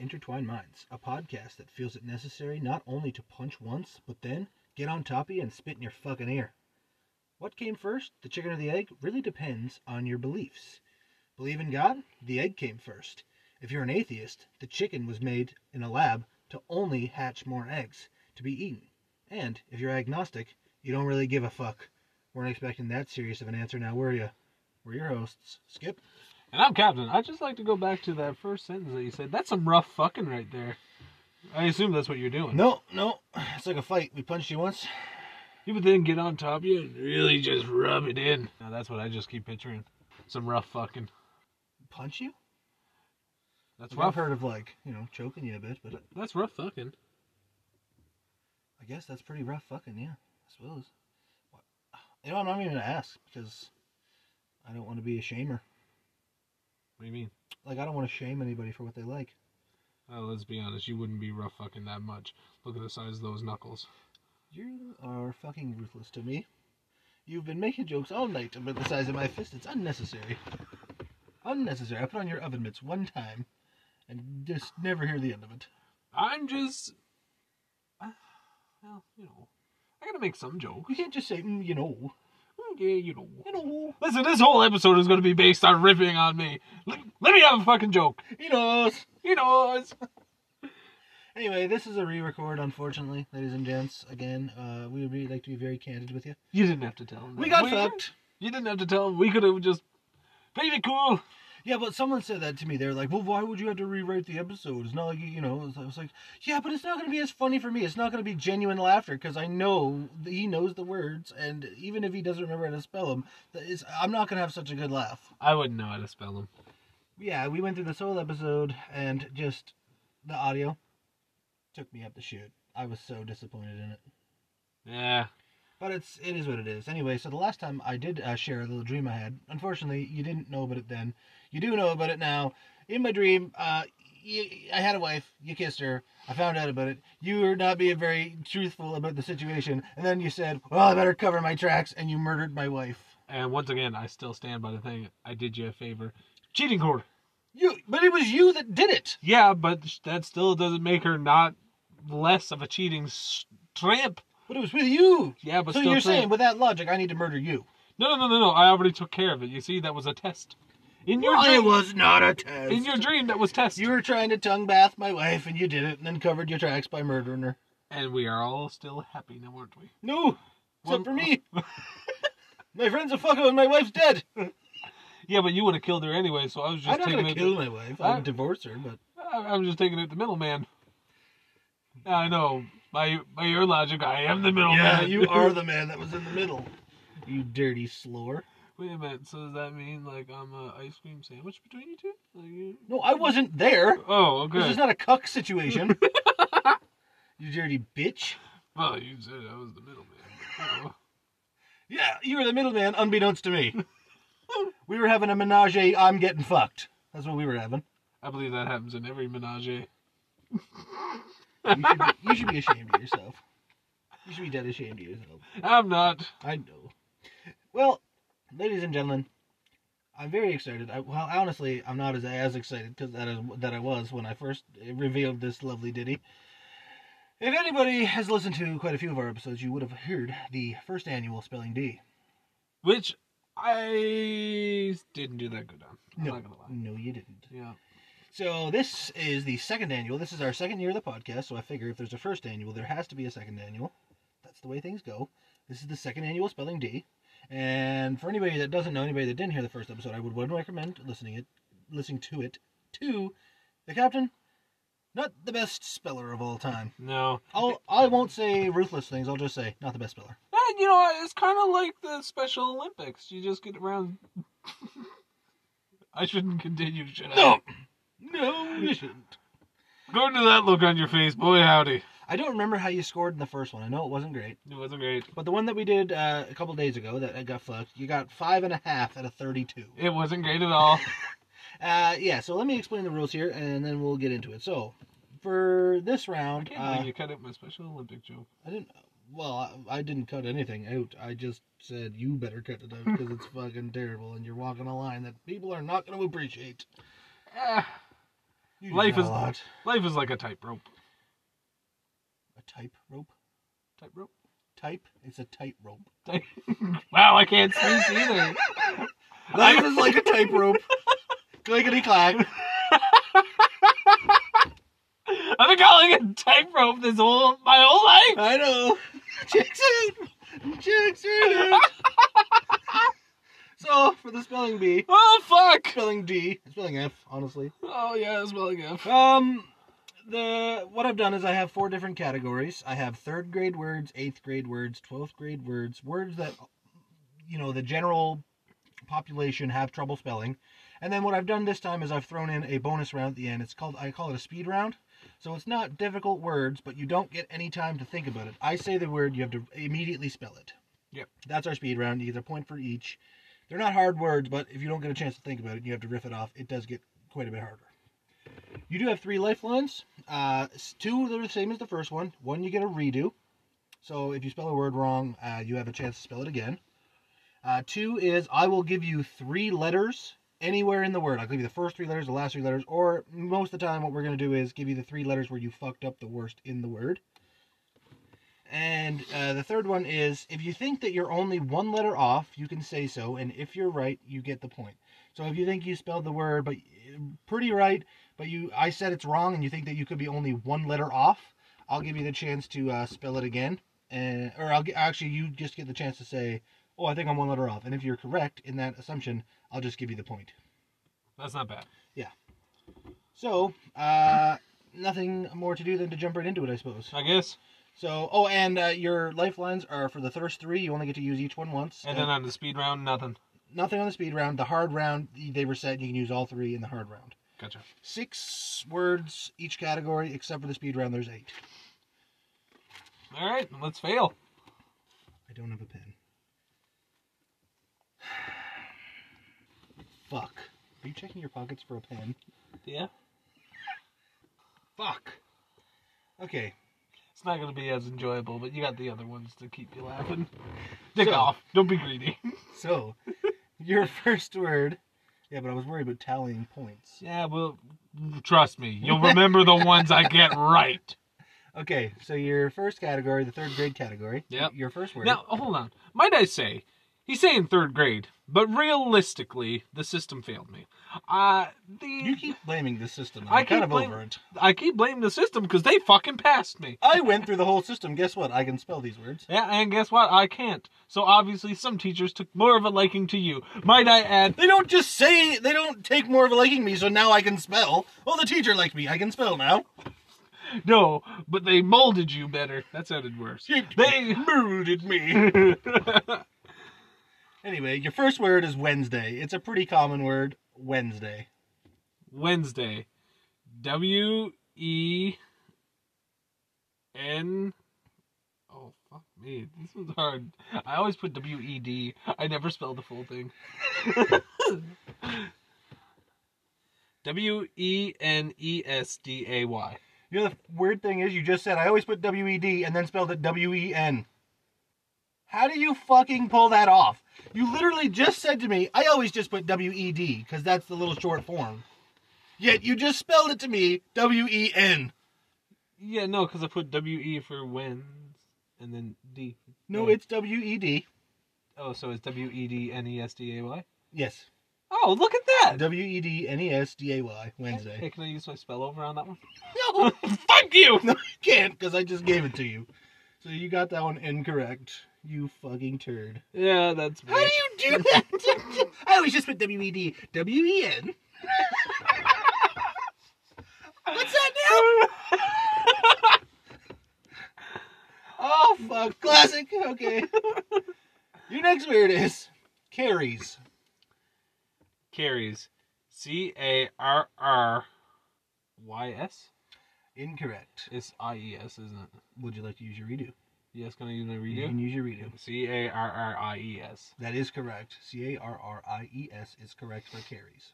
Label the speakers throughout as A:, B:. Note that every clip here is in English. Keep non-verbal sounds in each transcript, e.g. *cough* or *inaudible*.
A: Intertwined Minds, a podcast that feels it necessary not only to punch once, but then get on toppy and spit in your fucking ear. What came first, the chicken or the egg, really depends on your beliefs. Believe in God? The egg came first. If you're an atheist, the chicken was made in a lab to only hatch more eggs to be eaten. And if you're agnostic, you don't really give a fuck. Weren't expecting that serious of an answer now, were you? We're your hosts, Skip
B: And I'm Captain. I'd just like to go back to that first sentence that you said. That's some rough fucking right there. I assume that's what you're doing.
A: No, no. It's like a fight. We punched you once.
B: You would then get on top of you and really just rub it in. Now that's what I just keep picturing. Some rough fucking.
A: Punch you?
B: That's
A: Like,
B: rough.
A: I've heard of like, you know, choking you a bit, but
B: That's rough fucking.
A: I guess that's pretty rough fucking, yeah. I suppose. What- You know, I'm not even gonna ask because I don't want to be a shamer.
B: What do you mean?
A: Like I don't want to shame anybody for what they like.
B: Oh, let's be honest. You wouldn't be rough fucking that much. Look at the size of those knuckles.
A: You are fucking ruthless to me. You've been making jokes all night about the size of my fist. It's unnecessary. Unnecessary. I put on your oven mitts one time and just never hear the end of it.
B: I'm just. Ah, well, you know. I gotta make some joke.
A: You can't just say, mm, you know.
B: Yeah, you know.
A: You know.
B: Listen, this whole episode is gonna be based on ripping on me. Let, let me have a fucking joke.
A: He knows.
B: You know, it's.
A: Anyway, this is a re-record, unfortunately, ladies and gents. Again, uh, we would really like to be very candid with you.
B: You didn't have to tell him.
A: We
B: that.
A: got fucked.
B: You didn't have to tell him. We could have just played it cool.
A: Yeah, but someone said that to me. They were like, "Well, why would you have to rewrite the episode? It's not like you- you know." I was like, "Yeah, but it's not going to be as funny for me. It's not going to be genuine laughter because I know that he knows the words, and even if he doesn't remember how to spell them, that is, I'm not going to have such a good laugh."
B: I wouldn't know how to spell him.
A: Yeah, we went through this whole episode, and just the audio took me up the chute. I was so disappointed in it.
B: Yeah.
A: But it's it is what it is. Anyway, so the last time I did uh, share a little dream I had. Unfortunately, you didn't know about it then. You do know about it now. In my dream, uh, y I I had a wife. You kissed her. I found out about it. You were not being very truthful about the situation, and then you said, "Well, I better cover my tracks," and you murdered my wife.
B: And once again, I still stand by the thing. I did you a favor. Cheating court.
A: You, but it was you that did it.
B: Yeah, but sh- that still doesn't make her not less of a cheating s- tramp.
A: But it was with you.
B: Yeah, but
A: so
B: still
A: you're
B: tramp.
A: saying, with that logic, I need to murder you?
B: No, no, no, no, no. I already took care of it. You see, that was a test. In your
A: Well, it
B: dream,
A: was not a test.
B: in your dream, that was test.
A: you were trying to tongue bath my wife, and you did it, and then covered your tracks by murdering her.
B: And we are all still happy now, aren't we?
A: No, except
B: One-
A: for me. *laughs* my friend's a fucker and my wife's dead.
B: Yeah, but you would have killed her anyway, so I was just
A: I'm not
B: taking
A: gonna
B: it.
A: kill my wife.
B: I-
A: I'd divorce her, but
B: I, I was just taking it the middleman. I know. By by your logic, I am the middleman.
A: yeah, *laughs* you are the man that was in the middle. You dirty slore.
B: *laughs* Wait a minute. So does that mean like I'm a ice cream sandwich between you two? Like you?
A: No, I wasn't there.
B: Oh,
A: This
B: okay.
A: is not a cuck *laughs* situation. you dirty bitch.
B: Well, you said I was the middleman. Oh.
A: Yeah, you were the middleman, unbeknownst to me. *laughs* we were having a menage. a- I'm getting fucked. That's what we were having.
B: I believe that happens in every menage.
A: You should, be, you should be ashamed of yourself. You should be dead ashamed of yourself.
B: I'm not.
A: I know. Well, ladies and gentlemen, I'm very excited. I, well, honestly, I'm not as as excited because that is that I was when I first revealed this lovely ditty. If anybody has listened to quite a few of our episodes, you would have heard the first annual spelling bee.
B: Which I didn't do that good on. I'm
A: No,
B: not gonna lie.
A: no, you didn't.
B: Yeah.
A: So this is the second annual. This is our second year of the podcast. So I figure if there's a first annual, there has to be a second annual. That's the way things go. This is the second annual spelling D. And for anybody that doesn't know, anybody that didn't hear the first episode, I would would recommend listening it, listening to it. To the captain, not the best speller of all time.
B: No.
A: I'll I won't say ruthless things. I'll just say not the best speller.
B: Eh, you know, it's kind of like the Special Olympics. You just get around. *laughs* I shouldn't continue, should I?
A: no, you shouldn't.
B: According to that look on your face, boy howdy.
A: I don't remember how you scored in the first one. I know it wasn't great.
B: It wasn't great.
A: But the one that we did uh, a couple days ago that I got fucked, you got five and a half out of 32.
B: It wasn't great at all.
A: Uh, yeah, so let me explain the rules here and then we'll get into it. So, for this
B: I
A: round,
B: can't
A: uh,
B: believe you cut out my Special Olympic joke.
A: I didn't. Well, I, I didn't cut anything out. I just said you better cut it out
B: Hmm.
A: because it's fucking terrible and you're walking a line that people are not going to appreciate.
B: Eh,
A: You just
B: Life
A: got
B: is-
A: a lot.
B: Life is like a tightrope.
A: A type rope.
B: Tightrope.
A: Type. It's a tight rope.
B: Tight. *laughs* wow, I can't speak either.
A: Life is like a tight rope. Clickety clack.
B: I've been calling it tightrope this whole my whole life.
A: I know. Jackson. *laughs* Jackson. so for the spelling bee,
B: Oh fuck!
A: spelling D, spelling F, honestly.
B: Oh yeah, it's well enough.
A: Um, the what I've done is I have four different categories. I have third grade words, eighth grade words, twelfth grade words, words that you know the general population have trouble spelling. And then what I've done this time is I've thrown in a bonus round at the end. It's called I call it a speed round. So it's not difficult words, but you don't get any time to think about it. I say the word, you have to immediately spell it.
B: Yep.
A: That's our speed round. You get a point for each. They're not hard words, but if you don't get a chance to think about it, and you have to riff it off. It does get quite a bit harder. You do have three lifelines. Uh, s- two that are the same as the first one. One you get a redo. So if you spell a word wrong, uh, you have a chance to spell it again. Uh, two is I will give you three letters anywhere in the word. I'll give you the first three letters, the last three letters, or most of the time, what we're going to do is give you the three letters where you fucked up the worst in the word. And uh, the third one is if you think that you're only one letter off, you can say so, and if you're right, you get the point. So if you think you spelled the word but uh, pretty right, but you I said it's wrong, and you think that you could be only one letter off, I'll give you the chance to uh, spell it again, and or I'll get, actually you just get the chance to say, oh, I think I'm one letter off, and if you're correct in that assumption, I'll just give you the point.
B: That's not bad.
A: So uh, nothing more to do than to jump right into it, I suppose.
B: I guess.
A: So, oh, and uh, your lifelines are for the first three. You only get to use each one once.
B: And then on the speed round, nothing.
A: nothing on the speed round. The hard round, they reset. You can use all three in the hard round.
B: Gotcha.
A: Six words each category, except for the speed round. There's eight.
B: All right, let's fail.
A: I don't have a pen. *sighs* Fuck. Are you checking your pockets for a pen?
B: Yeah.
A: Fuck. Okay.
B: It's not gonna be as enjoyable, but you got the other ones to keep you laughing. Dick
A: So-
B: off. Don't be greedy.
A: So, *laughs* your first word. Yeah, but I was worried about tallying points.
B: Yeah, well, trust me, you'll remember the ones I get right.
A: Okay, so your first category, the third grade category.
B: Yep.
A: Your first word.
B: *laughs* Now, hold on. Might I say, he's saying third grade, but realistically, the system failed me. Uh, the
A: You keep blaming the system.
B: I
A: I'm kind
B: keep
A: of
B: blame-
A: over it.
B: I keep blaming the system because they fucking passed me.
A: I went through the whole system. Guess what? I can spell these words.
B: Yeah, and guess what? I can't. So obviously, some teachers took more of a liking to you. Might I add?
A: They don't just say they don't take more of a liking me, so now I can spell. Oh, the teacher liked me. I can spell now.
B: No, but they molded you better. That sounded worse. They. *laughs*
A: murdered me. *laughs* Anyway, your first word is Wednesday. It's a pretty common word. Wednesday.
B: Wednesday. W E N. Oh, fuck me. This one's hard. I always put W E D. I never spell the full thing. *laughs* W E N E S D A Y.
A: You know the weird thing is you just said I always put W E D and then spelled it W E N. How do you fucking pull that off? You literally just said to me, I always just put W E D because that's the little short form. Yet you just spelled it to me W E N.
B: Yeah, no, because I put W E for wins and then D.
A: No,
B: Yeah.
A: it's W E D.
B: Oh, so it's W E D N E S D A Y?
A: Yes.
B: Oh, look at that!
A: W E D N E S D A Y, Wednesday. *laughs*
B: Hey, can I use my spell over on that one? *laughs*
A: No,
B: Fuck you!
A: no, you can't because I just gave it to you. So you got that one incorrect. You fucking turd.
B: Yeah, that's
A: How do you do that? *laughs* I always just put W E D W E N. *laughs* What's that now? *laughs* oh fuck, classic. Okay. Your next word is carries.
B: Carries. C A R R Y S?
A: Incorrect.
B: It's I E S, isn't it?
A: Would you like to use your redo?
B: Yes, can I use my
A: You can
B: redo?
A: use your redo.
B: C A R R I E S.
A: That is correct. C A R R I E S is correct for carries.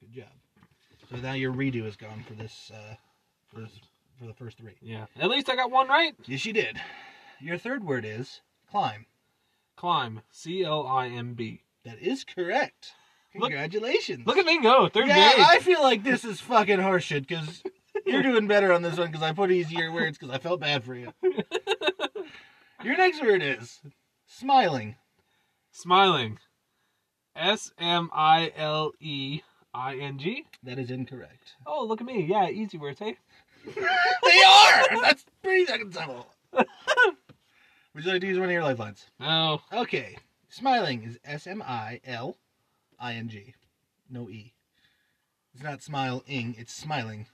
A: Good job. So now your redo is gone for this uh, for, for the first three.
B: Yeah. At least I got one right.
A: Yes, you did. Your third word is climb.
B: Climb. C L I M B.
A: That is correct.
B: Look-
A: Congratulations.
B: Look at me go, third
A: yeah,
B: grade.
A: I feel like this is fucking horseshit because you're doing better on this one because I put easier words because I felt bad for
B: *laughs*
A: you. Your next word is smiling.
B: Smiling. S M I L E I N G.
A: That is incorrect.
B: Oh, look at me. Yeah, easy words, hey?
A: they are. That's pretty fucking simple. Would you like to use one of your lifelines?
B: No.
A: Okay. Smiling is S M I L I N G. No E. It's not smile ing, it's smiling.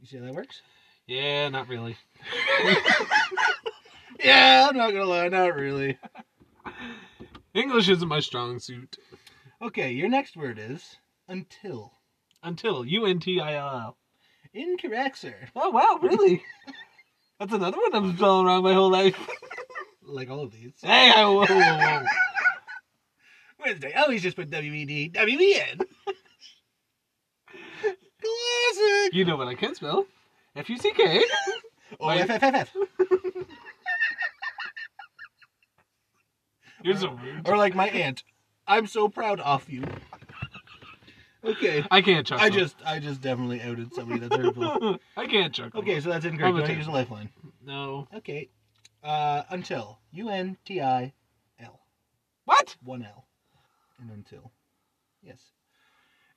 A: You see how that works?
B: Yeah, not really.
A: Yeah, I'm not gonna lie, not really.
B: English isn't my strong suit.
A: Okay, your next word is until.
B: Until U N T I L L.
A: Incorrect, sir.
B: Oh, wow, really? *laughs* That's another one I'm spelling wrong my whole life. *laughs*
A: Like all of these.
B: hey, I, whoa, whoa, whoa.
A: Wednesday. I always just put W E D W E N. *laughs* Classic.
B: You know what I can spell? F U C K.
A: Oh, F F F F.
B: You're so rude.
A: Or like my aunt. I'm so proud of you. Okay.
B: I can't chuckle.
A: I just I just definitely outed somebody that's hurtful.
B: *laughs* I can't
A: *laughs*
B: chuckle.
A: Okay, so that's incorrect. You
B: I'm a
A: want to
B: ten.
A: use a lifeline.
B: No.
A: Okay. Uh, until. U N T I L.
B: What?
A: One L. And until. Yes.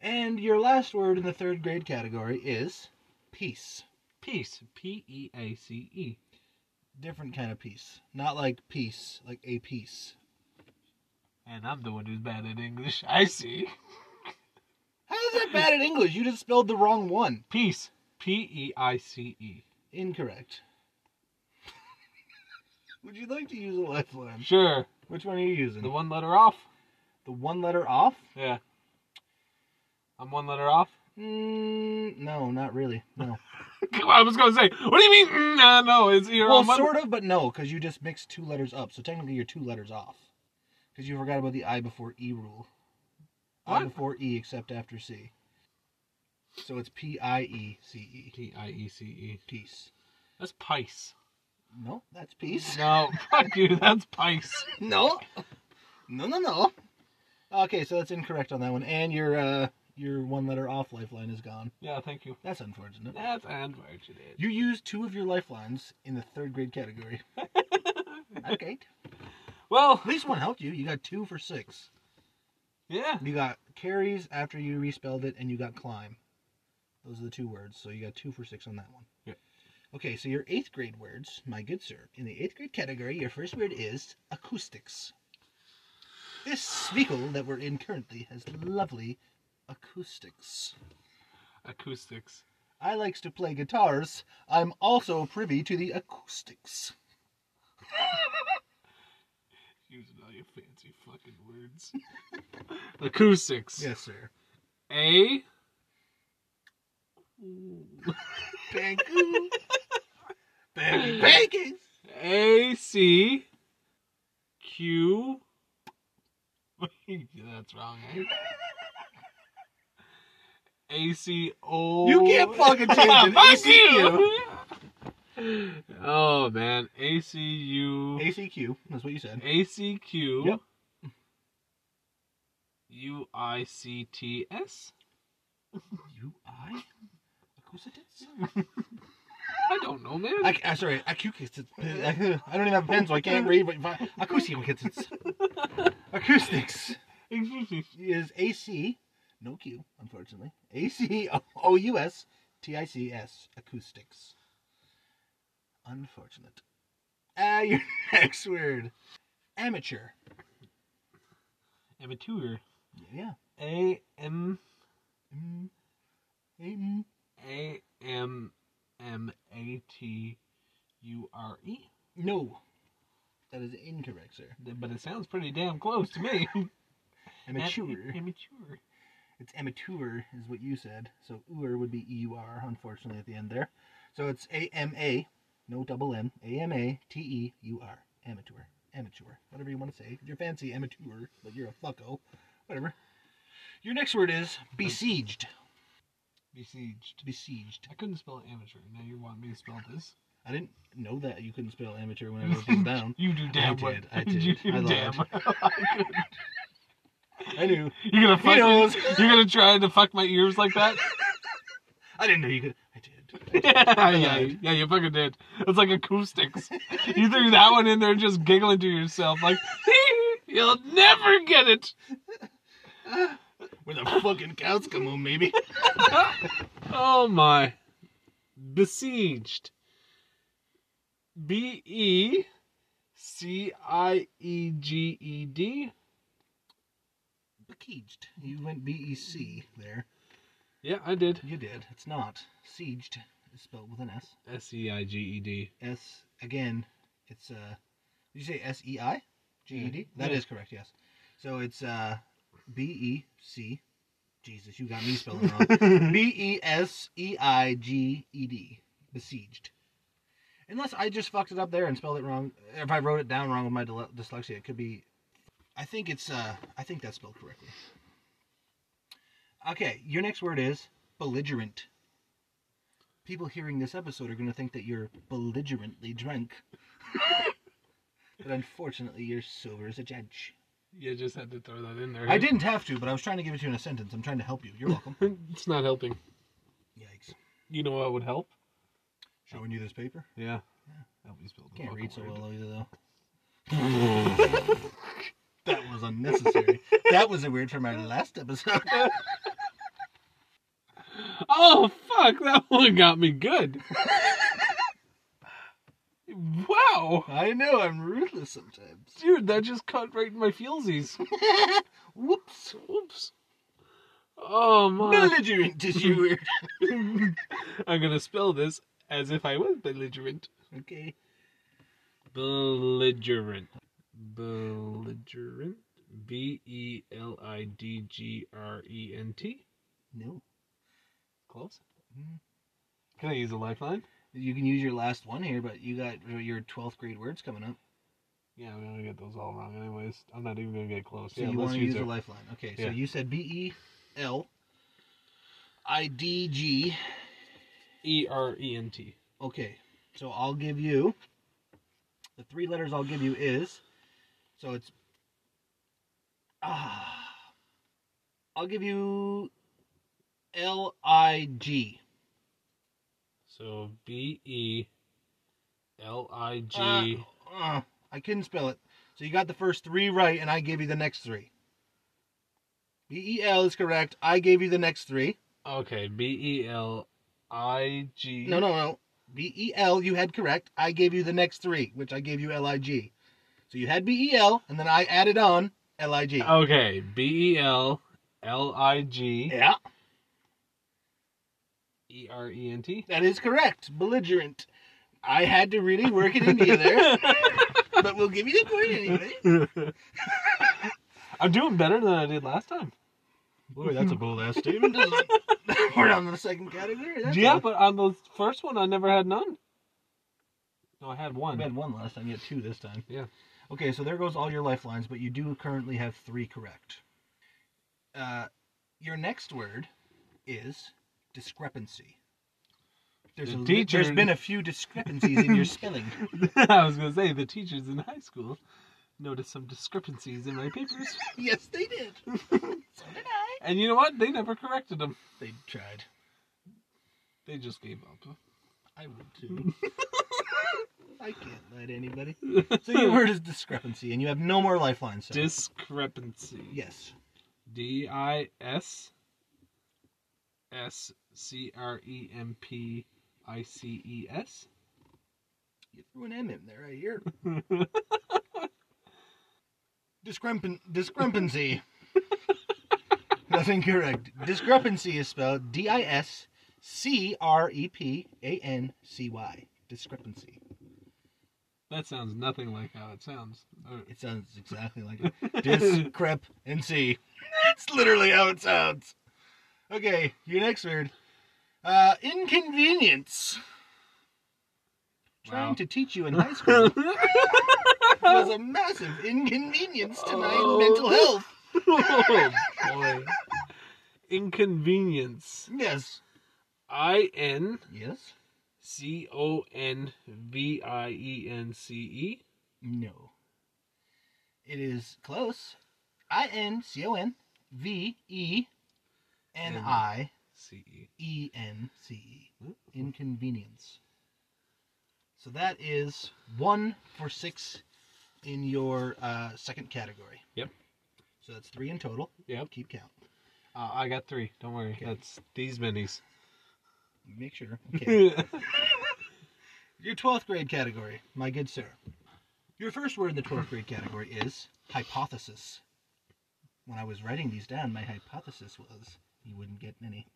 A: And your last word in the third grade category is peace.
B: Peace. P E A C E.
A: Different kind of peace. Not like peace, like a piece.
B: And I'm the one who's bad at English. I see.
A: How is that bad in English? You just spelled the wrong one.
B: Peace. P E I C E.
A: Incorrect. *laughs* Would you like to use a lifeline?
B: Sure.
A: Which one are you using?
B: The one letter off.
A: the one letter off?
B: Yeah. I'm one letter off. *laughs*
A: Mm, no, not really. *laughs* No.
B: I was gonna say. What do you mean? Mm, uh, no, it's you're
A: well,
B: on one.
A: sort of, but no, because you just mixed two letters up. So technically, you're two letters off. Because you forgot about the I before E rule. I
B: What?
A: before E, except after C. So it's P I E C E.
B: P I E C E.
A: Peace.
B: That's pice.
A: No, that's peace.
B: No, *laughs* fuck you. That's pice.
A: No. No, no, no. Okay, so that's incorrect on that one. And your uh, your one letter off lifeline is gone.
B: Yeah, thank you.
A: That's unfortunate.
B: That's unfortunate.
A: You used two of your lifelines in the third grade category. okay.
B: Well,
A: At least one helped you. You got two for six.
B: yeah.
A: You got carries after you respelled it, and you got climb. Those are the two words. So you got two for six on that one.
B: Yeah.
A: Okay, so your eighth grade words, my good sir. In the eighth grade category, your first word is acoustics. This vehicle that we're in currently has lovely acoustics.
B: Acoustics.
A: I likes to play guitars. I'm also privy to the acoustics.
B: Using all your fancy fucking words. *laughs* Acoustics.
A: Yes, sir.
B: A.
A: Thank you. Thank you. *laughs* Thank you.
B: A C Q. *laughs* That's wrong. Eh? A C O.
A: You can't
B: *laughs*
A: fucking change an
B: Fuck
A: ACQ.
B: you. *laughs* Oh man, A C U
A: ACQ. That's what you said.
B: A C Q
A: Yep.
B: U I C T S.
A: U I acoustics.
B: I don't know, man. *laughs*
A: I, I sorry, acoustics. I *laughs* don't even have a pen, so I can't read. But if I- *laughs* acoustics. Acoustics is A C, no Q, unfortunately. A C O U S T I C S. Acoustics. Unfortunate. Ah, your *laughs* next word. Amateur.
B: Amateur.
A: Yeah.
B: A M
A: Mm. Mm.
B: A M M A T U R E.
A: No. That is incorrect, sir.
B: But it sounds pretty damn close
A: *laughs*
B: to me.
A: Amateur.
B: Am- Amateur.
A: It's amateur, is what you said. So ur would be E U R, unfortunately, at the end there. So it's A M A, no double M, A M A T E U R, amateur, amateur, whatever you want to say. You're fancy amateur, but you're a fucko, whatever. Your next word is besieged.
B: Besieged.
A: Besieged.
B: I couldn't spell amateur. Now you want me to spell this?
A: I didn't know that you couldn't spell amateur
B: *laughs*
A: when I wrote this down.
B: You do damn
A: did,
B: well.
A: I
B: you
A: did.
B: do
A: I lied.
B: damn well. I couldn't.
A: I knew.
B: You're gonna fuck.
A: knows.
B: *laughs* You're gonna try to fuck my ears
A: *laughs*
B: like that. *laughs*
A: I didn't know you could. I did.
B: yeah, yeah, yeah, you fucking did. It's like acoustics. You threw that one in there just giggling to yourself, like, *laughs* you'll never get it.
A: When the fucking cows come home, maybe.
B: Oh my. Besieged. B E C I E G E D.
A: Besieged. You went B E C there.
B: Yeah, I did.
A: You did. It's not sieged. It's spelled with an S.
B: S E I G
A: *laughs*
B: E D.
A: S again. It's uh. Did you say S E I G E D?
B: Yeah.
A: That is
B: Yeah.
A: correct. Yes. So it's uh B E C. Jesus, you got me spelling
B: *laughs*
A: it wrong. *laughs* B E S E I G E D. Besieged. Unless I just fucked it up there and spelled it wrong. If I wrote it down wrong with my dyle- dyslexia, it could be. I think it's. uh I think that's spelled correctly. Okay, your next word is belligerent. People hearing this episode are going to think that you're belligerently drunk. *laughs* but unfortunately, you're sober as a judge.
B: You just had to throw that in there.
A: I didn't have to, but I was trying to give it to you in a sentence. I'm trying to help you. You're welcome.
B: *laughs*
A: *laughs*
B: it's not helping.
A: Yikes.
B: You know what would help?
A: Showing you this paper?
B: Yeah. Help me spell the
A: Can't
B: fucking
A: read so
B: word.
A: well either, though.
B: *laughs*
A: that was unnecessary. that was a word from our last
B: *laughs*
A: episode.
B: Oh fuck, that one got me
A: *laughs*
B: good. wow.
A: I know, I'm ruthless sometimes.
B: Dude, that just cut right in my feelsies.
A: Whoops.
B: Oops. Oh my.
A: Belligerent
B: *laughs*
A: is your word.
B: I'm gonna spell this as if I was belligerent.
A: Okay.
B: Belligerent. Belligerent. B E L I D G R E N T.
A: No.
B: Close.
A: Mhm.
B: Can I use a lifeline?
A: You can use your last one here, but you got your 12th grade words coming up.
B: Yeah, I'm gonna get those all wrong anyways. I'm not even gonna get close.
A: So
B: yeah,
A: you
B: let's
A: want to
B: use
A: use
B: it.
A: a lifeline. Okay, so
B: Yeah.
A: you said B E L I D G.
B: E R E N T.
A: Okay, so I'll give you the three letters I'll give you is so it's ah I'll give you L I G.
B: So B E L I
A: Uh,
B: G.
A: uh, I couldn't spell it. So you got the first three right, and I gave you the next three. B E L is correct. I gave you the next three.
B: Uh, Okay, B E L I G.
A: No, no, no. B E L you had correct. I gave you the next three, which I gave you L I G. So you had B E L, and then I added on L I
B: Oh,
A: G.
B: Okay, B E L L I G
A: Yeah,
B: E R E N T.
A: that is correct. Belligerent. I had to really work it into you *laughs* there, but we'll give you the point anyway.
B: *laughs* I'm doing better than I did last time.
A: Boy, that's a bold ass statement, isn't *laughs* it? We're on the second category. That's
B: yeah,
A: a-
B: but on the first one, I never had none. No, I had one.
A: We had one last time. You had two this time.
B: Yeah.
A: Okay, so there goes all your lifelines, but you do currently have three correct. Uh, your next word is discrepancy. There's,
B: The
A: a,
B: teacher-
A: there's been a few discrepancies in *laughs* your spelling.
B: *laughs* I was gonna say the teachers in high school noticed some discrepancies in my papers,
A: yes, they *laughs* did. so did I.
B: and you know what? They never corrected them.
A: They tried.
B: They just gave up.
A: I would too. I can't let anybody. So your word is discrepancy, and you have no more lifelines. So.
B: Discrepancy.
A: yes.
B: D I S S C R E M P I C E S.
A: You threw an M in there, I hear. Discrepan- discrepancy. Nothing correct. Discrepancy is spelled D I S C R E P A N C Y. Discrepancy.
B: That sounds nothing like how it sounds. Or-
A: It sounds exactly like it. discrepancy. That's literally how it sounds. Okay, your next word. Uh, inconvenience.
B: Wow.
A: Trying to teach you in high school was a massive inconvenience to my
B: Oh.
A: mental health.
B: oh boy. Inconvenience.
A: Yes.
B: I N
A: Yes.
B: C O N V I E N C E.
A: No. It is close. I N C O N V E N
B: And-
A: I
B: C-E.
A: E N C E. Inconvenience. So that is one for six in your uh, second category.
B: Yep.
A: So that's three in total.
B: Yep.
A: Keep count.
B: Uh, I got three. Don't worry.
A: Okay.
B: That's these minis.
A: Make sure. Okay.
B: *laughs*
A: Your 12th grade category, my good sir. Your first word in the 12th grade category is hypothesis. When I was writing these down, my hypothesis was you wouldn't get any.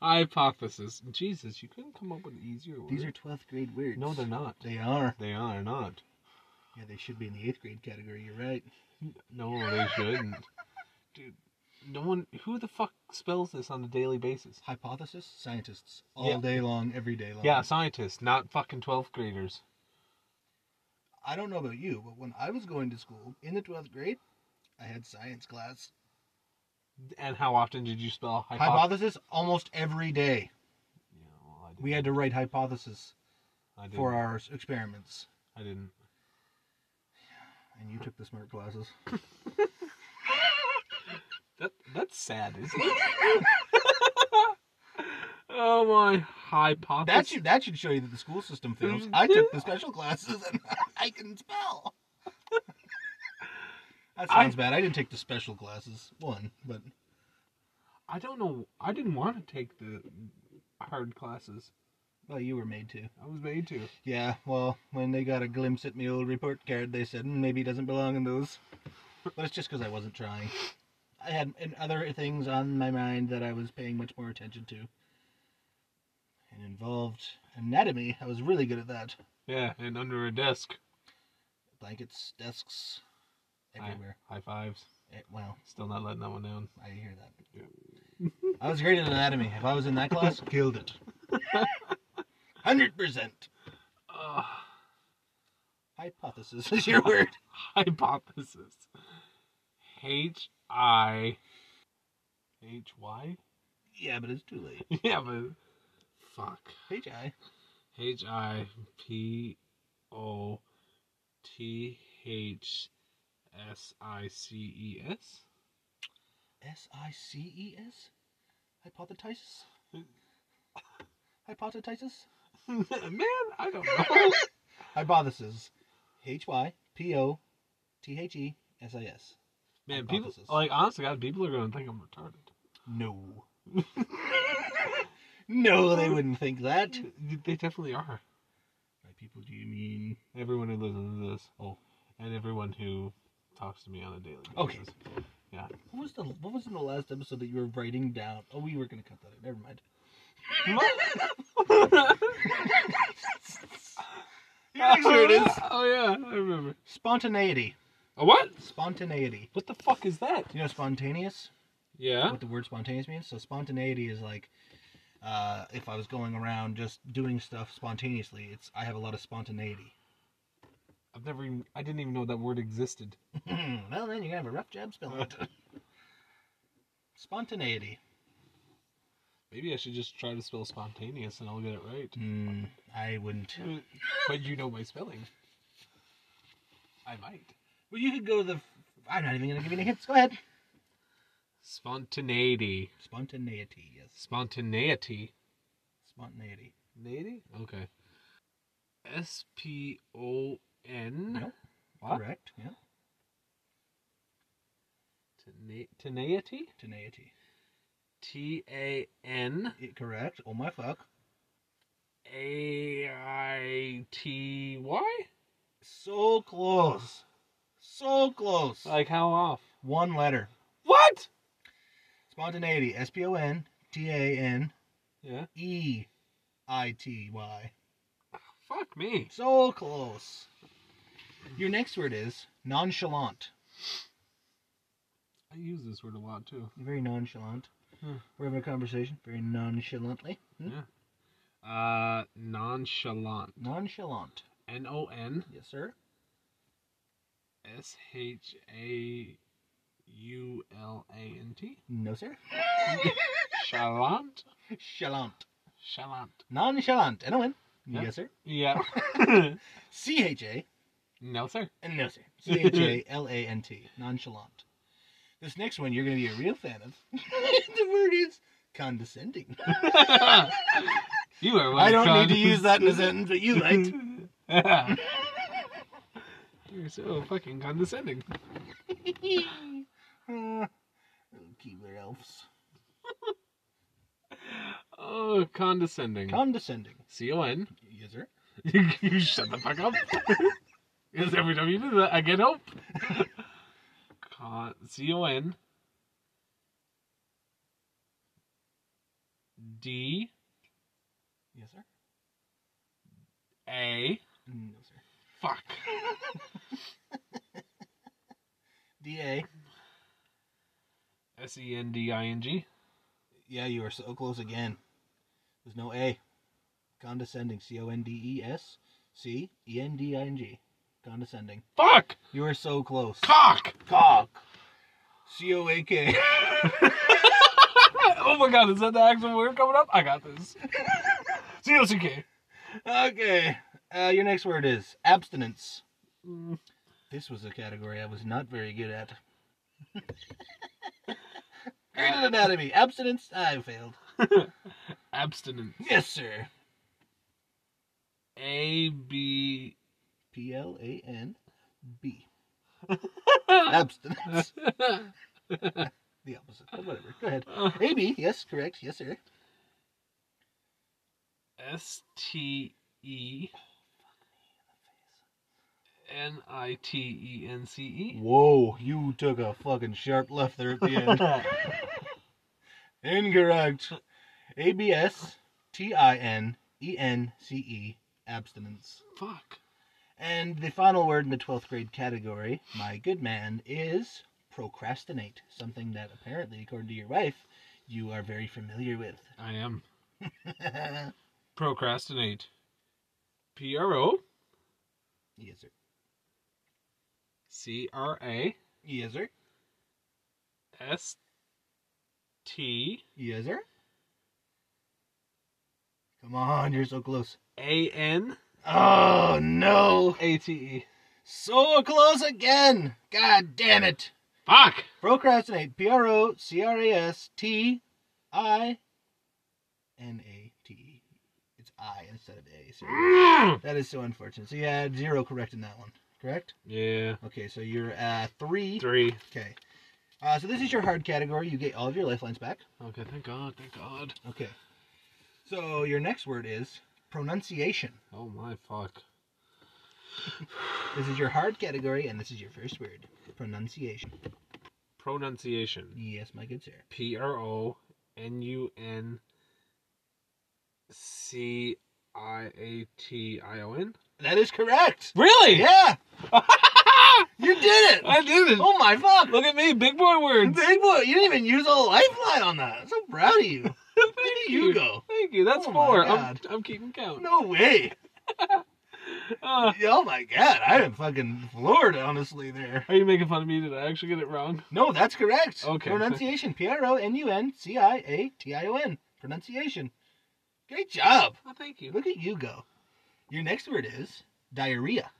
B: Hypothesis. Jesus, you couldn't come up with an easier word.
A: These are 12th grade words.
B: No, they're not.
A: They are.
B: They are not.
A: Yeah, they should be in the 8th grade category. You're right.
B: No, they shouldn't. Dude, no one. Who the fuck spells this on a daily basis?
A: Hypothesis? Scientists. All
B: Yeah.
A: day long, every day long.
B: Yeah, scientists, not fucking 12th graders.
A: I don't know about you, but when I was going to school in the 12th grade, I had science class.
B: And how often did you spell hypo-
A: Hypothesis almost every day.
B: Yeah, well, I didn't.
A: We had to write hypothesis
B: I didn't.
A: for our experiments.
B: I didn't.
A: And you took the smart classes.
B: That, that's sad, isn't it? *laughs* oh my hypothesis.
A: That should that should show you that the school system fails.
B: Mm-hmm.
A: I took the special classes and *laughs* I can
B: *laughs*
A: spell. That sounds bad. I didn't take the special classes. One, but
B: I don't know. I didn't want to take the hard classes.
A: well, you were made to.
B: I was made to.
A: Yeah. Well, when they got a glimpse at my old report card, they said "Hmm, maybe he doesn't belong in those. But it's just because I wasn't trying. I had and other things on my mind that I was paying much more attention to. And involved anatomy. I was really good at that.
B: Yeah, and under a desk.
A: Blankets, desks,
B: Hi.
A: everywhere.
B: High fives.
A: Eh, well,
B: Still not letting that one down.
A: I hear that. I was great at anatomy. If I was in that class, killed it. Hundred percent.
B: Ugh. *laughs*
A: Hypothesis is your word.
B: hypothesis. H I H Y? *laughs*
A: Yeah, but it's too late.
B: Yeah, but fuck.
A: H I.
B: H I P O T H S I C E S? *laughs*
A: S I C E S. Hypothetisis. Hypothetisis.
B: Man, I don't know. *laughs*
A: Hypothesis. H Y P O T H E S I S.
B: Man, people
A: Hypothesis.
B: like honestly, God, people are gonna think I'm retarded.
A: No. *laughs* no, they wouldn't think that.
B: They definitely are.
A: By people, do you mean?
B: Everyone who listens to this, oh, and everyone who talks to me on a daily basis. *laughs*
A: Okay.
B: Yeah.
A: What was the what was in the last episode that you were writing down? Oh, we were gonna cut that out. Never mind. *laughs* Yeah, sure it is.
B: Oh yeah, I remember.
A: Spontaneity.
B: A what?
A: Spontaneity.
B: What the fuck is that?
A: You know spontaneous?
B: Yeah.
A: What the word spontaneous means? So spontaneity is like uh, if I was going around just doing stuff spontaneously, it's I have a lot of spontaneity. *laughs*
B: I've never even, I didn't even know that word existed.
A: well, then you're gonna have a rough job spelling *laughs* it. Spontaneity.
B: Maybe I should just try to spell spontaneous and I'll get it right.
A: Hmm, I wouldn't.
B: But you know my spelling. I might.
A: Well, you could go to the. I'm not even gonna give you any hints. Go ahead.
B: Spontaneity.
A: Spontaneity. Yes.
B: Spontaneity.
A: Spontaneity.
B: Naity? Okay. S P O N.
A: Nope.
B: What?
A: Correct. Yeah.
B: Tena- Tenaity?
A: Spontaneity.
B: T A N
A: It, correct. Oh my fuck.
B: A I T Y?
A: So close. So close.
B: Like how off?
A: One letter.
B: What?
A: Spontaneity. S P O N T A N
B: Yeah.
A: E I T Y.
B: Fuck me.
A: So close. Your next word is nonchalant.
B: I use this word a lot too.
A: You're very nonchalant.
B: Hmm.
A: We're having a conversation very nonchalantly. Hmm?
B: Yeah. Uh, nonchalant.
A: Nonchalant.
B: N O N
A: Yes, sir.
B: S H A U L A N T.
A: No, sir.
B: Chalant.
A: Chalant.
B: Chalant.
A: Nonchalant. N O N.
B: Yeah.
A: Yes, sir.
B: Yeah.
A: C H A
B: *laughs* No, sir.
A: And no, sir. *laughs* C H A L A N T. Nonchalant. This next one you're going to be a real fan of. *laughs* the word is condescending.
B: you are.
A: I don't need to use that in a sentence, but you liked. *laughs*
B: right. You're so fucking condescending.
A: *laughs* Uh, little Keebler elves.
B: Oh, condescending.
A: Condescending.
B: C O N. *laughs*
A: Yes, sir.
B: You, you shut the fuck up. *laughs* Because every time you do that, I get hope. *laughs* Con C O N D
A: Yes, sir.
B: A
A: Mm, No, sir.
B: fuck
A: D A.
B: S E N D I N G
A: Yeah, you are so close again. There's no A. Condescending. C O N D E S C E N D I N G. Condescending.
B: fuck
A: You are so close.
B: cock. *laughs*
A: Cock. C O A K. *laughs*
B: oh my god, is that the actual word coming up? I got this. C O C K.
A: Okay. Uh, your next word is abstinence. This was a category I was not very good at. *laughs* Green anatomy. Abstinence. I failed.
B: Abstinence.
A: Yes, sir.
B: A B. *laughs*
A: P L A N B. *laughs* Abstinence. The opposite. But whatever. Go ahead. A B. Yes, correct. Yes, sir.
B: S T E N I T E N C E.
A: Whoa, you took a fucking sharp left there at the end. *laughs* Incorrect. A B S T I N E N C E. Abstinence.
B: Fuck.
A: And the final word in the 12th grade category, my good man, is procrastinate, something that apparently, according to your wife, you are very familiar with. *laughs*
B: I am. Procrastinate. P R O
A: yes, sir.
B: C R A
A: Yes, sir.
B: S T
A: Yes, sir. Come on, you're so close.
B: A N
A: Oh, no.
B: A T E.
A: So close again. God damn it.
B: Fuck.
A: Procrastinate. P R O C R A S T I N A T E. It's I instead of A. Sorry.
B: Mm.
A: That is so unfortunate. So you had zero correct in that one, correct?
B: Yeah.
A: Okay, so you're uh, three.
B: Three.
A: Okay. Uh, so this is your hard category. You get all of your lifelines back.
B: Okay. Thank God. Thank God.
A: Okay. So your next word is pronunciation.
B: Oh my fuck.
A: This is your hard category, and this is your first word. Pronunciation.
B: Pronunciation.
A: Yes, my good sir.
B: P R O N U N C I A T I O N.
A: That is correct.
B: Really?
A: *laughs* Yeah, you did it.
B: I did it.
A: Oh my fuck.
B: Look at me, big boy
A: *laughs*
B: words.
A: Big boy, you didn't even use a lifeline on that. I'm so proud of you.
B: *laughs* Thank
A: you go.
B: Thank you. That's
A: Oh
B: four.
A: my
B: I'm,
A: God.
B: I'm keeping count.
A: No way.
B: Uh,
A: Oh my god, I am fucking floored, honestly, there.
B: are you making fun of me? Did I actually get it wrong?
A: No, that's correct.
B: Okay.
A: Pronunciation. P R O N U N C I A T I O N. Pronunciation. Great job.
B: Oh, thank you.
A: Look at you go. Your next word is diarrhea.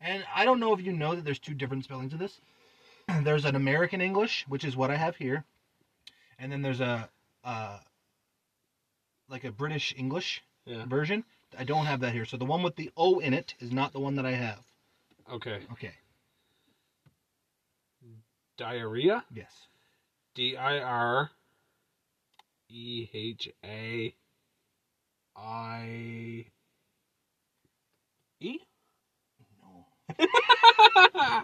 A: And I don't know if you know that there's two different spellings of this. *clears throat* There's an American English, which is what I have here, and then there's a uh, like a British English
B: Yeah.
A: version. I don't have that here, so the one with the O in it is not the one that I have.
B: Okay.
A: Okay.
B: Diarrhea.
A: Yes.
B: D I R E H A I *laughs* E.
A: No.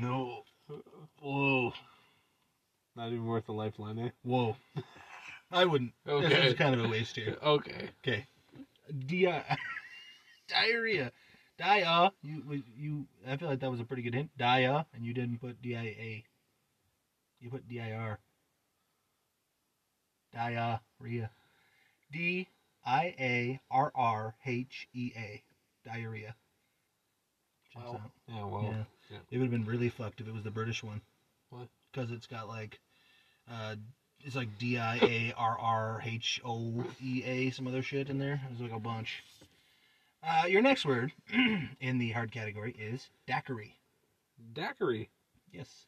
A: No. Whoa.
B: Not even worth a lifeline, eh? *laughs*
A: Whoa. I wouldn't. This is
B: Okay.
A: kind of a waste here.
B: Okay.
A: Okay. Di- *laughs* diarrhea. Dia. You you. I feel like that was a pretty good hint. Dia, and you didn't put D I A. You put D I R. Diarrhea. D I A R R H E A. Diarrhea. Checks
B: Wow.
A: out.
B: Yeah, well.
A: Yeah.
B: yeah.
A: It would have been really fucked if it was the British one.
B: Why?
A: Because it's got like, uh, it's like D I A R R H O E A, some other shit in there. There's like a bunch. Uh, your next word *clears throat* in the hard category is daiquiri.
B: Daiquiri.
A: Yes.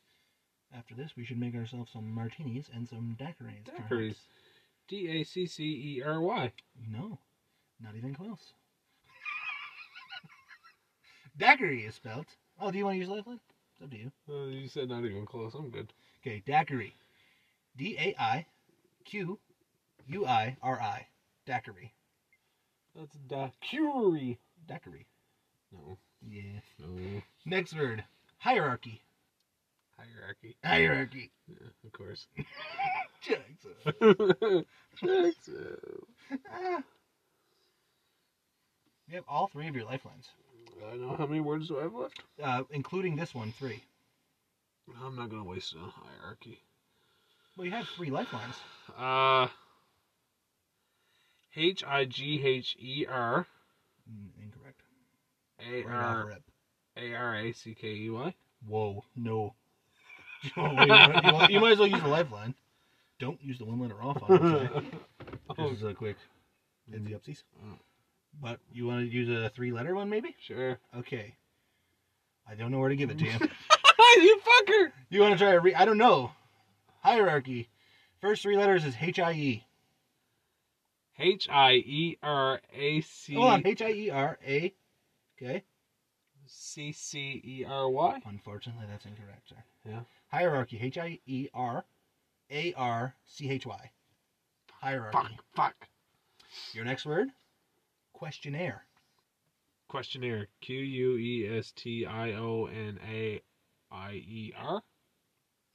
A: After this, we should make ourselves some martinis and some daiquiris. perhaps.
B: Daiquiris. D A C C E R Y.
A: No, not even close. *laughs* daiquiri is spelled. Oh, do you want to use lifeline? It's up to you.
B: Uh, you said not even close. I'm good.
A: Okay, daiquiri. D A I Q U I R I. Daiquiri.
B: That's daiquiri.
A: Daiquiri.
B: No.
A: Yeah.
B: No.
A: Next word hierarchy.
B: Hierarchy.
A: Hierarchy.
B: Yeah, of *laughs* course.
A: Jackson. *laughs*
B: I
A: Ah. You have all three of your lifelines,
B: know how many words do I have left.
A: uh, including this one, three.
B: I'm not gonna waste it on hierarchy.
A: Well, you have three lifelines.
B: Uh. H I G H E R
A: Mm, incorrect.
B: A
A: Right off
B: R
A: rip.
B: A R A C K E Y.
A: Whoa, *laughs* no. Oh, you, might- you might- you might as well use the lifeline. Don't use the one letter off on *laughs* it. This
B: Oh,
A: is a quick itsy upsies.
B: Oh.
A: But you want to use a three letter one, maybe?
B: sure.
A: Okay. I don't know where to *laughs* give it to you.
B: *laughs* you fucker!
A: you want to try a re? I don't know. Hierarchy. First three letters is H I E.
B: H I E R A C
A: Hold on, H I E R A. Okay.
B: C C E R Y.
A: Unfortunately, that's incorrect, sir.
B: Yeah.
A: Hierarchy. H I E R A R C H Y. Hierarchy.
B: Fuck, fuck.
A: Your next word? Questionnaire.
B: Questionnaire. Q U E S T I O N A I E R.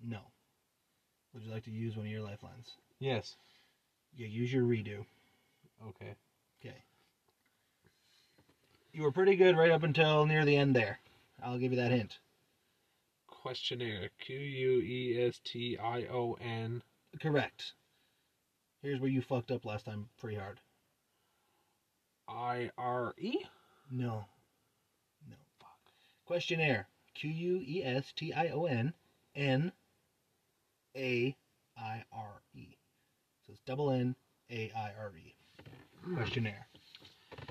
A: No. Would you like to use one of your lifelines?
B: Yes.
A: Yeah, use your redo.
B: Okay.
A: Okay. You were pretty good right up until near the end there. I'll give you that hint.
B: Questionnaire. Q U E S T I O N.
A: Correct. Here's where you fucked up last time pretty hard.
B: I R E?
A: No. No. Fuck. Questionnaire. Q U E S T I O N N A I R E. So it's double N A I R E.
B: Hmm.
A: Questionnaire.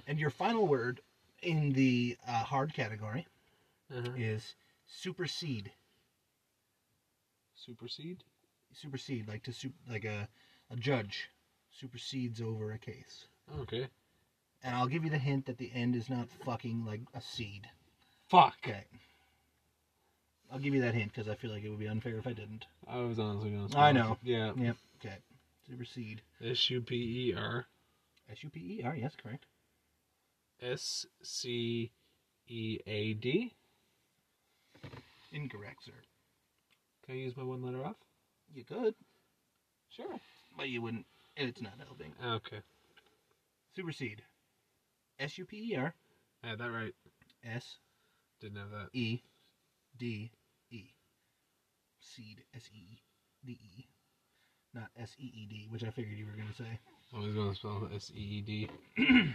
A: And your final word in the uh, hard category
B: Uh-huh.
A: is supersede.
B: Supersede?
A: Supersede, like to sup- like a, a judge supersedes over a case.
B: Okay.
A: And I'll give you the hint that the end is not fucking like a seed.
B: Fuck.
A: Okay. I'll give you that hint because I feel like it would be unfair if I didn't.
B: I was honestly going to
A: I know.
B: Yeah.
A: Yep. Okay. Supersede.
B: S U P E R
A: S U P E R. Yes, correct.
B: S C E A D.
A: Incorrect, sir.
B: Can I use my one letter off?
A: You could,
B: Sure.
A: but you wouldn't. And it's not helping.
B: Okay.
A: Supersede. S U P E R.
B: I had that right.
A: S
B: Didn't have that.
A: E D E. Seed. S E D E. Not S E E D, which I figured you were going to say.
B: I was going to spell S E E D.
A: *clears throat*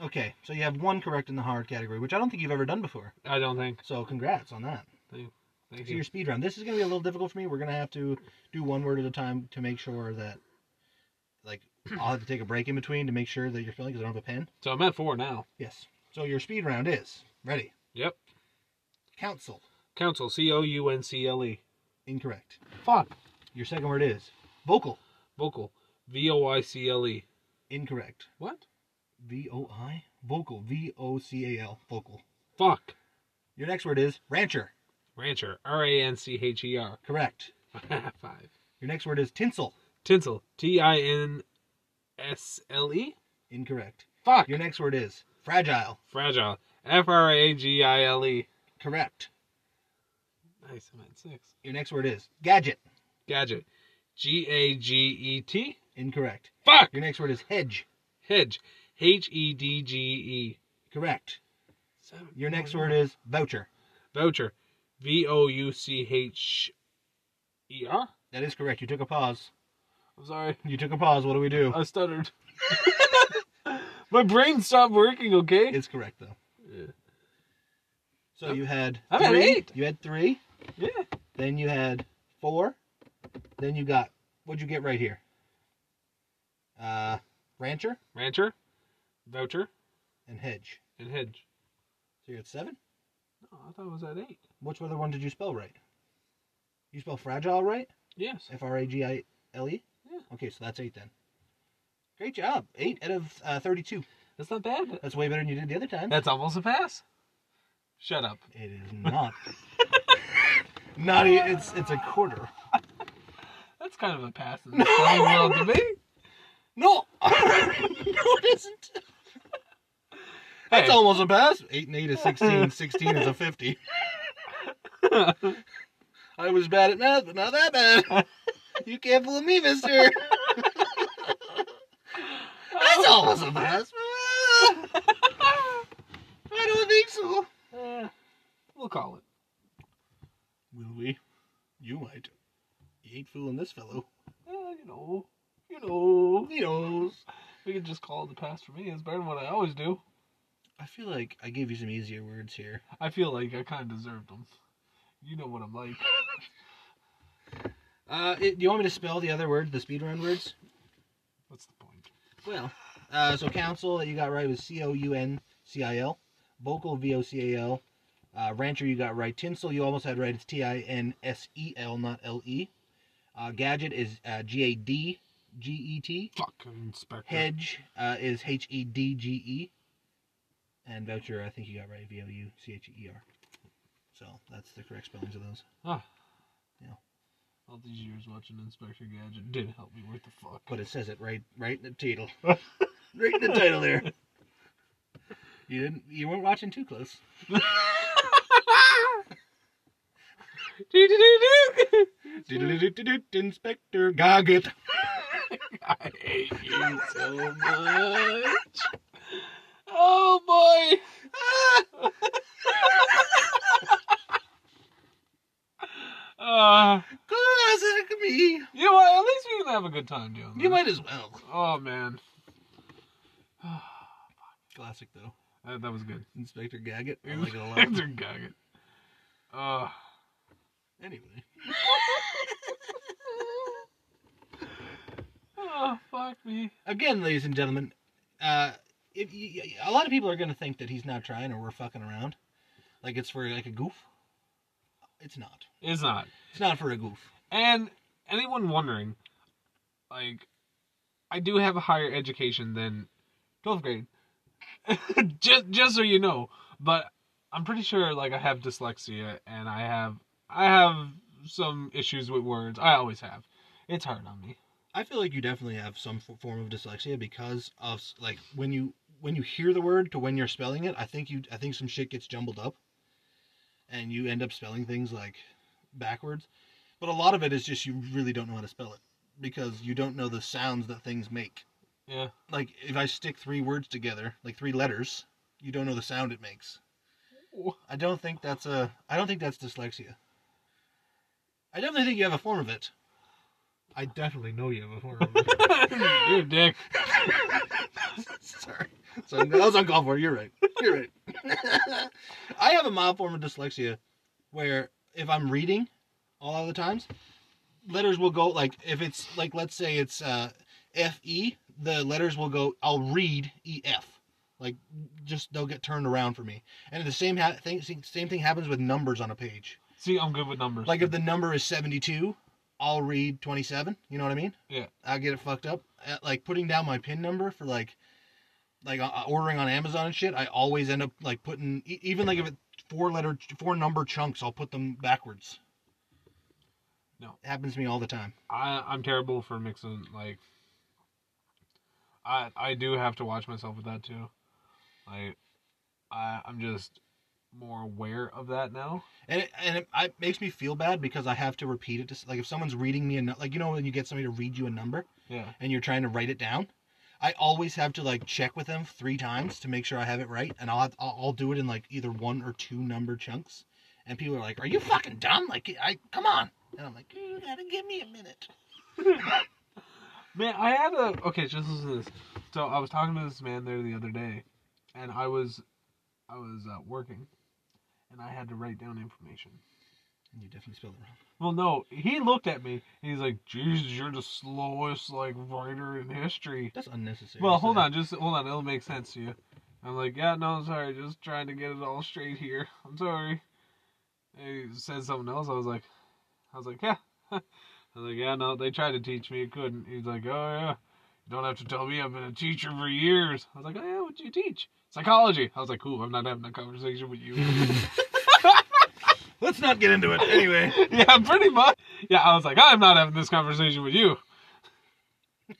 A: Okay, so you have one correct in the hard category, which I don't think you've ever done before.
B: I don't think.
A: So congrats on that.
B: Thank
A: So
B: you.
A: your speed round. This is gonna be a little difficult for me. We're gonna have to do one word at a time to make sure that, like, *clears throat* I'll have to take a break in between to make sure that you're filling because I don't have a pen.
B: So I'm at four now.
A: Yes. So your speed round is ready.
B: Yep.
A: Council.
B: Council. C O U N C L E.
A: Incorrect.
B: Fuck.
A: Your second word is vocal.
B: Vocal. V O I C L E.
A: Incorrect.
B: What?
A: V O I. Vocal. V O C A L. Vocal.
B: Fuck.
A: Your next word is rancher.
B: Rancher. R A N C H E R. *laughs*
A: Correct.
B: Five.
A: Your next word is tinsel.
B: Tinsel. T I N S L E.
A: Incorrect.
B: Fuck.
A: Your next word is fragile.
B: Fragile. F R A G I L E.
A: Correct.
B: Nice. I'm at six.
A: Your next word is gadget.
B: Gadget. G A G E T.
A: Incorrect.
B: Fuck.
A: Your next word is hedge.
B: Hedge. H E D G E.
A: Correct.
B: Seven.
A: Your next word is voucher.
B: Voucher. V O U C H E R.
A: That is correct. You took a pause.
B: I'm sorry.
A: You took a pause. What do we do?
B: I stuttered. *laughs* My brain stopped working, okay? *laughs*
A: It's correct though.
B: Yeah.
A: So you had
B: I'm at
A: three,
B: eight.
A: You had three.
B: yeah.
A: Then you had four. Then you got what'd you get right here? Uh, rancher
B: Rancher. Voucher.
A: and hedge.
B: and Hedge.
A: So you're at seven?
B: No, I thought it was at eight.
A: Which other one did you spell right? You spell fragile right?
B: Yes.
A: F R A G I L E?
B: Yeah.
A: Okay, so that's eight then. Great job. Eight out of uh, 32.
B: That's not bad.
A: That's way better than you did the other time.
B: That's almost a pass. Shut up.
A: It is
B: *laughs*
A: not. not e it's it's a quarter.
B: That's kind of a *laughs* pass. in the same world to me.
A: No, *laughs* no, it isn't. That's
B: Hey.
A: almost a pass. Eight and eight is sixteen. Sixteen is a fifty.
B: *laughs*
A: I was bad at math, but not that bad. You can't fool me, Mister. That's almost a *laughs* pass. I don't think so.
B: Eh, we'll call it.
A: Will we? You might. You ain't fooling this fellow.
B: Eh, you know. You know.
A: He knows.
B: We could just call it the pass for me. It's better than what I always do.
A: I feel like I gave you some easier words here.
B: I feel like I kind of deserved them. You know what I'm like.
A: Uh, it, do you want me to spell the other word, the speedrun words?
B: What's the point?
A: Well, uh, so council that you got right was C O U N C I L, vocal V O C A L, uh, rancher you got right, tinsel you almost had right. It's T I N S E L, not L E. Uh, gadget is uh, G A D G E T.
B: Fucking inspector.
A: Hedge uh, is H E D G E. And voucher, I think you got right, V O U C H E R. So that's the correct spellings of those.
B: All these years watching Inspector Gadget didn't help me worth the
A: *laughs*
B: fuck. *laughs*
A: But it says it right right in the title. right in the title there. You didn't you weren't watching too close.
B: Do-do-do-do.
A: Inspector Goggett.
B: I hate you so much. Oh boy. *laughs* Ah. Uh,
A: Classic me. Mm.
B: you know what? At least we can have a good time doing this.
A: You might as well.
B: Oh man. *sighs*
A: Classic though.
B: That, that was good. *laughs*
A: Inspector Goggett. I like it a lot.
B: Inspector Goggett. Uh,
A: Anyway.
B: oh, fuck me.
A: Again, ladies and gentlemen, uh, if you, a lot of people are going to think that he's not trying or we're fucking around. Like it's for like a goof. It's not.
B: It's not.
A: It's not for a goof.
B: And anyone wondering, like, I do have a higher education than 12th grade. *laughs* just just so you know, but I'm pretty sure like I have dyslexia and I have I have some issues with words. I always have. It's hard on me.
A: I feel like you definitely have some f- form of dyslexia because of s- like when you when you hear the word to when you're spelling it. I think you I think some shit gets jumbled up, and you end up spelling things like backwards. But a lot of it is just you really don't know how to spell it because you don't know the sounds that things make.
B: Yeah. *laughs*
A: Like if I stick three words together, like three letters, you don't know the sound it makes. I don't think that's a I don't think that's dyslexia. I definitely think you have a form of it. I definitely know you have a form of it.
B: You're a dick.
A: *laughs* Sorry. So that was uncalled for. You're right. You're right. *laughs* I have a mild form of dyslexia where if I'm reading all of the times, letters will go like if it's like let's say it's uh F E, the letters will go I'll read E F. Like just they'll get turned around for me. And the same ha- thing same thing happens with numbers on a page.
B: See, I'm good with numbers.
A: Like if the number is 72, I'll read 27. You know what I mean?
B: Yeah.
A: I'll get it fucked up. Uh, Like putting down my pin number for like, like uh, ordering on Amazon and shit. I always end up like putting e- even like if it's four letter, four number chunks, I'll put them backwards.
B: No.
A: It happens to me all the time.
B: I I'm terrible for mixing like I I do have to watch myself with that too. Like I I'm just more aware of that now.
A: And it, and it, I, it makes me feel bad because I have to repeat it. To, s- like if someone's reading me a nu- like you know when you get somebody to read you a number
B: Yeah.
A: and you're trying to write it down, I always have to like check with them three times to make sure I have it right, and I'll have, I'll, I'll do it in like either one or two number chunks, and people are like, "Are you fucking dumb? Like, I come on," and I'm like, "You gotta give me a minute."
B: Man, I had a okay, just listen to this. So I was talking to this man there the other day and I was I was uh, working and I had to write down information.
A: And you definitely spelled it wrong.
B: Well, no, he looked at me and he's like, "Jesus, you're the slowest like writer in history."
A: That's unnecessary.
B: Well,
A: to
B: hold
A: say.
B: on, just hold on. It'll make sense to you. I'm like, yeah, no, sorry, just trying to get it all straight here. *laughs* I'm sorry. And He said something else. I was like, I was like, yeah. *laughs* I was like, yeah, no, they tried to teach me, it couldn't. He's like, oh yeah, you don't have to tell me. I've been a teacher for years. I was like, oh yeah, what do you teach? Psychology. I was like, cool. I'm not having a conversation with you.
A: *laughs*
B: *laughs*
A: Let's not get into it. Anyway,
B: yeah, pretty much. Yeah, I was like, I'm not having this conversation with you. *laughs*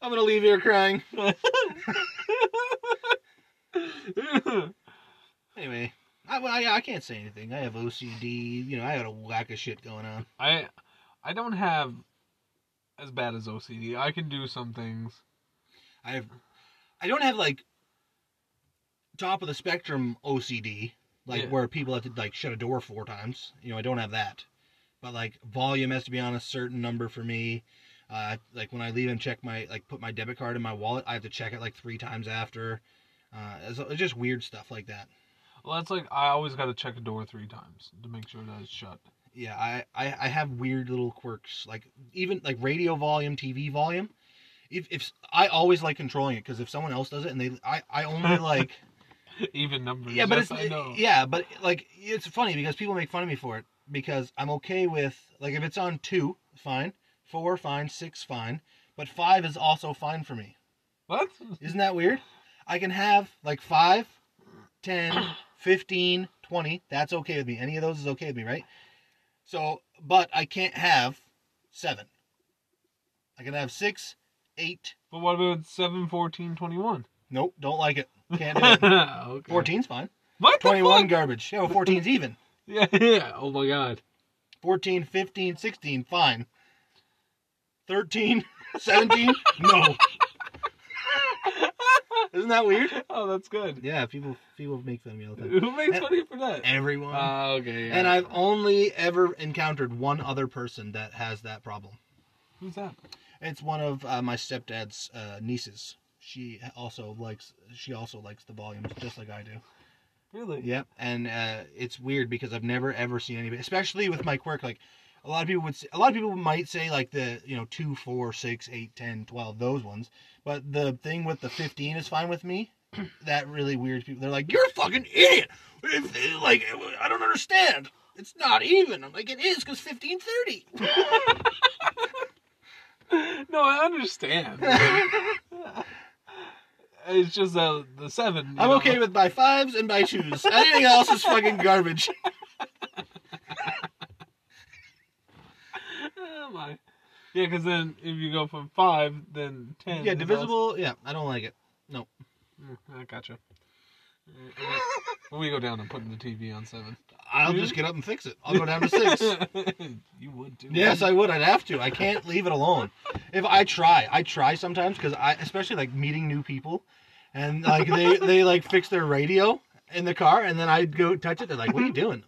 A: I'm gonna leave here crying. Anyway, I, well, I, I can't say anything. I have OCD. You know, I got a whack of shit going on.
B: I I don't have as bad as OCD. I can do some things.
A: I have, I don't have like top of the spectrum OCD, like
B: Yeah.
A: where people have to like shut a door four times. You know, I don't have that, but like volume has to be on a certain number for me. Uh, like when I leave and check my like put my debit card in my wallet, I have to check it like three times after. Uh, it's, it's just weird stuff like that.
B: Well, that's like I always got to check a door three times to make sure that it's shut. *laughs*
A: yeah I, I i have weird little quirks like even like radio volume tv volume if, if i always like controlling it because if someone else does it and they i, I only like
B: Even numbers.
A: yeah but
B: yes,
A: it's
B: I know.
A: yeah but like it's funny because people make fun of me for it because i'm okay with like if it's on two fine four fine six fine but five is also fine for me
B: What?
A: isn't that weird i can have like five ten
B: *clears throat*
A: fifteen twenty that's okay with me any of those is okay with me right so but i can't have seven i can have six eight
B: But what about seven, fourteen, twenty-one?
A: nope don't like it can't
B: *laughs*
A: do it
B: okay.
A: 14's fine
B: What? the
A: 21
B: fuck? *laughs*
A: garbage yeah well, 14's even
B: Yeah, yeah. Oh my god.
A: 14, 15, 16, fine. *laughs* 13, 17, no. Isn't that weird?
B: Oh, that's good.
A: Yeah, people people make fun of me all the time.
B: Who makes fun of you for that?
A: Everyone.
B: Ah, okay. Yeah.
A: and I've only ever encountered one other person that has that problem.
B: Who's that?
A: It's one of uh, my stepdad's uh, nieces. She also likes she also likes the volumes just like I do.
B: Really?
A: Yep, and uh, it's weird because I've never ever seen anybody, especially with my quirk. Like a lot of people would, say, a lot of people might say like the you know two, four, six, eight, ten, twelve, those ones. But the thing with the fifteen is fine with *clears throat* me. that really weirds people. They're like, "You're a fucking idiot!" If- uh, Like I don't understand. It's not even. I'm like, it is because fifteen *laughs* thirty.
B: *laughs* No, I *laughs* understand. it's just uh, the seven. you
A: I'm
B: know.
A: okay with my fives and my twos. Anything else is fucking garbage.
B: Oh my. Yeah, because then if you go from five, then ten.
A: Yeah,
B: is
A: divisible. Yeah, I don't like it.
B: also- Mm, I gotcha. Mm, okay. when we go down and putting the TV on seven.
A: I'll just get up and fix it. I'll go down to *laughs* six.
B: *laughs* you would too.
A: Yes, I would. I'd have to. I can't leave it alone. If I try, I try sometimes because I, especially like meeting new people, and like they they like fix their radio in the car, and then I'd go touch it. They're like, "What are you doing?"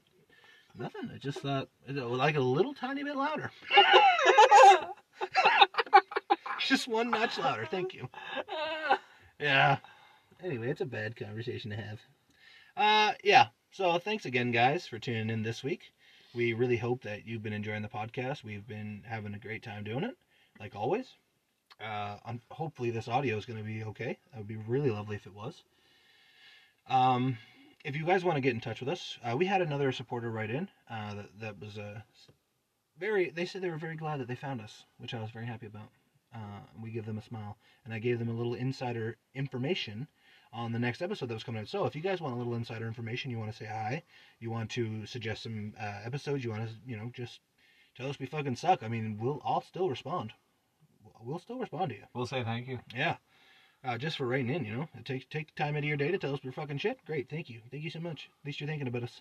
A: Nothing. I just thought it was, like a little tiny bit louder, *laughs* just one notch louder. Thank you. Yeah. Anyway, it's a bad conversation to have. Uh, yeah. So thanks again, guys, for tuning in this week. We really hope that you've been enjoying the podcast. We've been having a great time doing it, like always. Uh, um, hopefully this audio is going to be okay. That would be really lovely if it was. Um, if you guys want to get in touch with us, uh, we had another supporter write in. Uh, that, that was uh, very. They said they were very glad that they found us, which I was very happy about. Uh, we give them a smile, and I gave them a little insider information on the next episode that was coming out. So if you guys want a little insider information, you want to say hi, you want to suggest some uh, episodes, you want to, you know, just tell us we fucking suck. I mean, we'll I'll still respond. We'll still respond to you.
B: We'll say thank you.
A: Yeah. Uh, just for writing in, you know, take take time out of your day to tell us we're fucking shit. Great, thank you, thank you so much. At least you're thinking about us.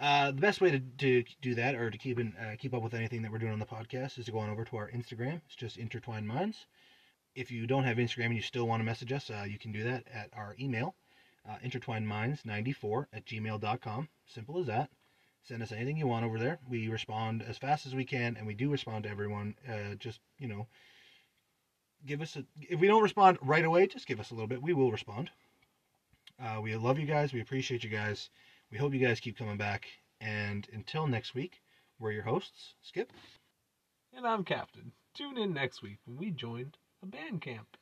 A: Uh, the best way to, to do that or to keep in uh, keep up with anything that we're doing on the podcast is to go on over to our Instagram. It's just Intertwined Minds. If you don't have Instagram and you still want to message us, uh, you can do that at our email, uh, intertwinedminds94 at gmail.com. Simple as that. Send us anything you want over there. We respond as fast as we can, and we do respond to everyone. Uh, just, you know, give us a if we don't respond right away just give us a little bit we will respond uh, we love you guys we appreciate you guys we hope you guys keep coming back and until next week we're your hosts skip
B: And I'm Captain. Tune in next week when we joined a band camp.